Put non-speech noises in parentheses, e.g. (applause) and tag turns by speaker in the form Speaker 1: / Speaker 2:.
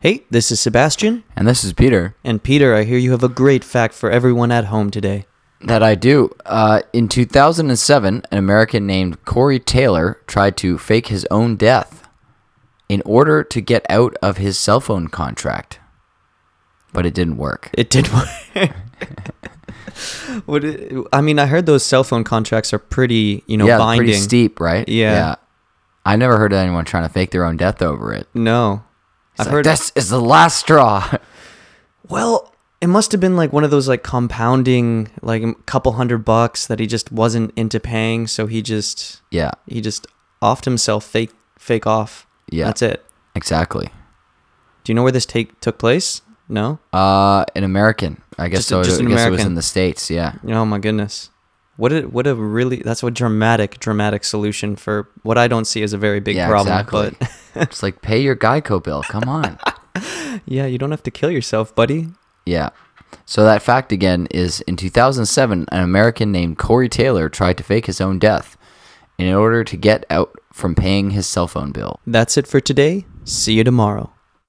Speaker 1: Hey, this is Sebastian.
Speaker 2: And this is Peter.
Speaker 1: And Peter, I hear you have a great fact for everyone at home today.
Speaker 2: That I do. Uh, in 2007, an American named Corey Taylor tried to fake his own death in order to get out of his cell phone contract, but it didn't work.
Speaker 1: It did (laughs) work. what it- I mean, I heard those cell phone contracts are pretty, you know,
Speaker 2: yeah,
Speaker 1: binding.
Speaker 2: pretty steep, right?
Speaker 1: Yeah.
Speaker 2: I never heard of anyone trying to fake their own death over it.
Speaker 1: No.
Speaker 2: It's
Speaker 1: I've
Speaker 2: like,
Speaker 1: heard
Speaker 2: this is the last straw. (laughs)
Speaker 1: Well, it must have been like one of those like compounding like a couple hundred bucks that he just wasn't into paying, so he just
Speaker 2: yeah,
Speaker 1: he just offed himself fake fake off.
Speaker 2: Yeah.
Speaker 1: That's it.
Speaker 2: exactly.
Speaker 1: Do you know where this take took place? No?
Speaker 2: Uh, an American. I guess
Speaker 1: Just a-
Speaker 2: so.
Speaker 1: just
Speaker 2: I
Speaker 1: an
Speaker 2: guess it was
Speaker 1: American.
Speaker 2: in the states. Yeah.
Speaker 1: Oh my goodness. What a what a really that's a dramatic, dramatic solution for what I don't see as a very big
Speaker 2: yeah,
Speaker 1: problem.
Speaker 2: exactly. it's like pay your Geico bill. Come on.
Speaker 1: But (laughs) yeah, you don't have to kill yourself, buddy.
Speaker 2: Yeah. So that fact again is in 2007, an American named Corey Taylor tried to fake his own death in order to get out from paying his cell phone bill.
Speaker 1: That's it for today. See you tomorrow.